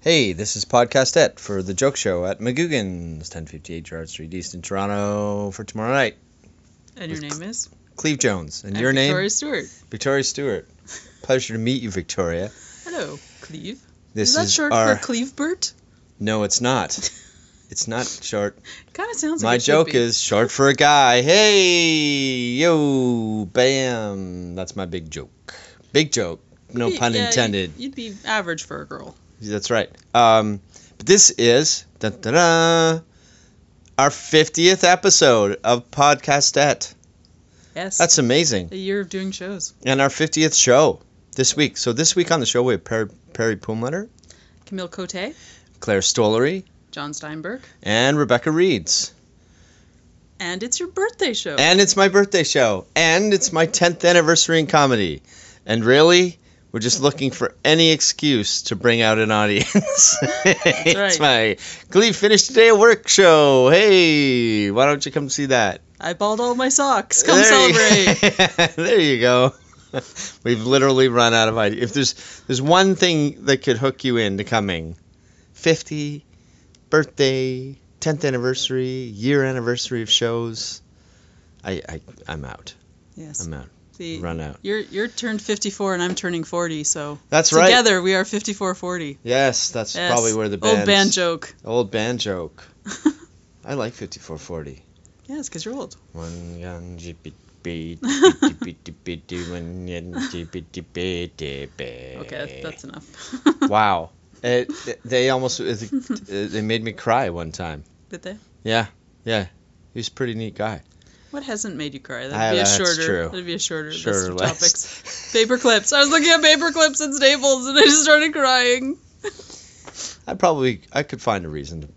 Hey, this is Podcastette for The Joke Show at McGugan's, 1058 Gerrard Street East in Toronto for tomorrow night. And your With name is? Cleve Jones. And I'm your name? Victoria Stewart. Victoria Stewart. Pleasure to meet you, Victoria. Hello, Cleve. This is that is short our. for Clevebert? no, it's not. It's not short. Kind of sounds My like it should joke be. is short for a guy. Hey, yo, bam. That's my big joke. Big joke. No Y- pun yeah, y- intended. You'd be average for a girl. That's right. Um, but this is dun, dun, dun, our 50th episode of Podcastet. Yes. That's amazing. a year of doing shows. And our 50th show this week. So this week on the show we have Perry, Perry Pumletter, Camille Cote, Claire Stollery, John Steinberg, and Rebecca Reeds. and it's your birthday show. And it's my birthday show. And it's my 10th anniversary in comedy. And really, we're just looking for any excuse to bring out an audience. it's right. my Glee Finish Today at Work show. Hey, why don't you come see that? I balled all my socks. Come you- celebrate. there you go. We've literally run out of ideas. If there's there's one thing that could hook you into coming, 50, birthday, 10th anniversary, year anniversary of shows, I, I I'm out. yes. I'm out. See, Run out. You're you're turned 54 and I'm turning 40, so That's right. together we are 54 40. Yes, that's Yes. probably where the old band's, band joke. Old band joke. I like 5440. yes, because you're old. One young jippy bee, jippy bitty bitty, one young jippy bitty bitty. Okay, that's enough. Wow. It, they almost it, they made me cry one time. Did they? He's a pretty neat guy. What hasn't made you cry? That'd Ah, be a that's shorter. true. That'd be a shorter Sure list of less. topics. Paper clips. I was looking at paper clips at Staples and I just started crying. I probably I could find a reason. To,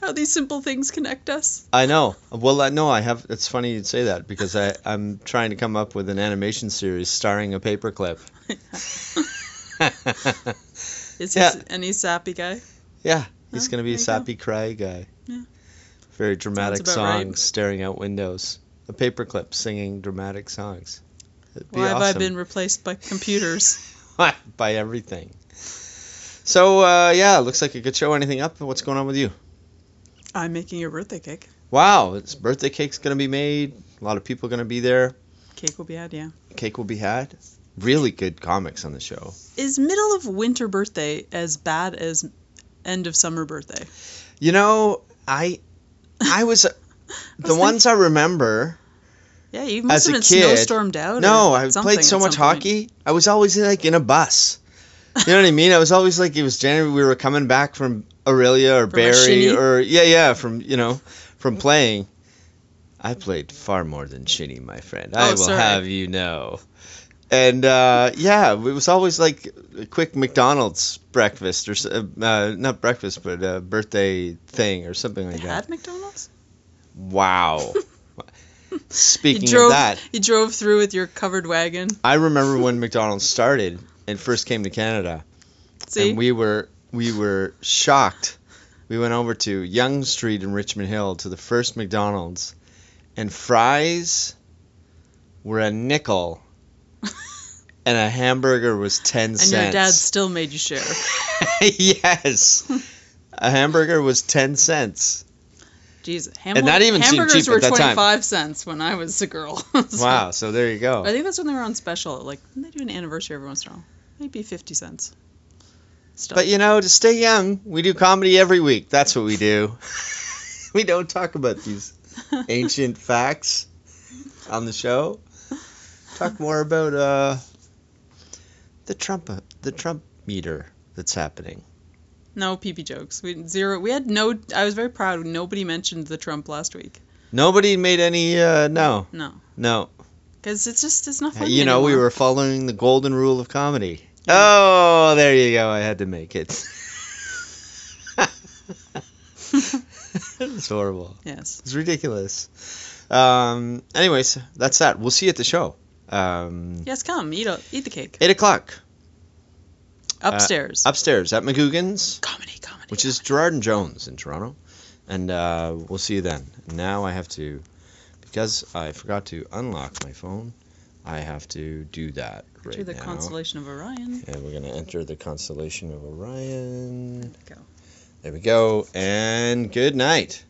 How these simple things connect us. I know. Well, I know I have. It's funny you'd say that because I I'm trying to come up with an animation series starring a paperclip. Is Yeah. he any sappy guy? He's Oh, gonna be there a you go. sappy cry guy. Yeah. Very dramatic about right. songs, staring out windows. A paperclip singing dramatic songs. It'd be Why have I awesome. been replaced by computers? by everything. So uh, yeah, looks like a good show. Anything up? What's going on with you? I'm making your birthday cake. Wow, it's birthday cake's gonna be made. A lot of people gonna be there. Cake will be had, yeah. Cake will be had. Really good comics on the show. Is middle of winter birthday as bad as end of summer birthday? You know, I I was uh, the thinking- ones I remember. Yeah, you must As a have been kid- snowstormed out. No, or I something played so at much some point. hockey. I was always like in a bus. You know what I mean? I was always like it was January. We were coming back from Aurelia or From a Barry shinny? or yeah, yeah, from you know, from playing. I played far more than shinny, my friend. I Oh, will sorry. have you know. And uh, yeah, it was always like a quick McDonald's breakfast or s- uh, uh, not breakfast, but a birthday thing or something They like that. had McDonald's? Wow. You Oh. Speaking drove, of that, you drove through with your covered wagon. I remember when McDonald's started and first came to Canada, See? and we were we were shocked. We went over to Young Street in Richmond Hill to the first McDonald's, and fries were a nickel, and a hamburger was ten and cents. your dad still made you share. yes, a hamburger was ten cents. Jeez, And that even seemed hamburgers cheap were at that time. 25 cents when I was a girl. So- Wow, so there you I go. think that's when they were on special. Like, they do an anniversary every once in a while. Maybe 50 cents. Stuff. But you know, to stay young, we do comedy every week. That's what we do. we don't talk about these ancient facts on the show. Talk more about uh, the Trump uh, the Trump meter that's happening. no peepee jokes. We zero. We had no. I was very proud. Nobody mentioned the Trump last week. Nobody made any uh, no No. no. Because it's just, it's not funny. you know, we anymore. were following the golden rule of comedy. Oh, there you go. I had to make it. it's horrible. Yes. It's ridiculous. Um, anyways, that's that. We'll see you at the show. Um, Yes, come. Eat, a, eat the cake. Eight o'clock Upstairs. upstairs at McGugan's, comedy, comedy. Uh, which is Gerard and Jones in Toronto, and uh, we'll see you then. Now I have to, because I forgot to unlock my phone, I have to do that right To the now. constellation of Orion. and we're gonna enter the constellation of Orion. There we go. And good night.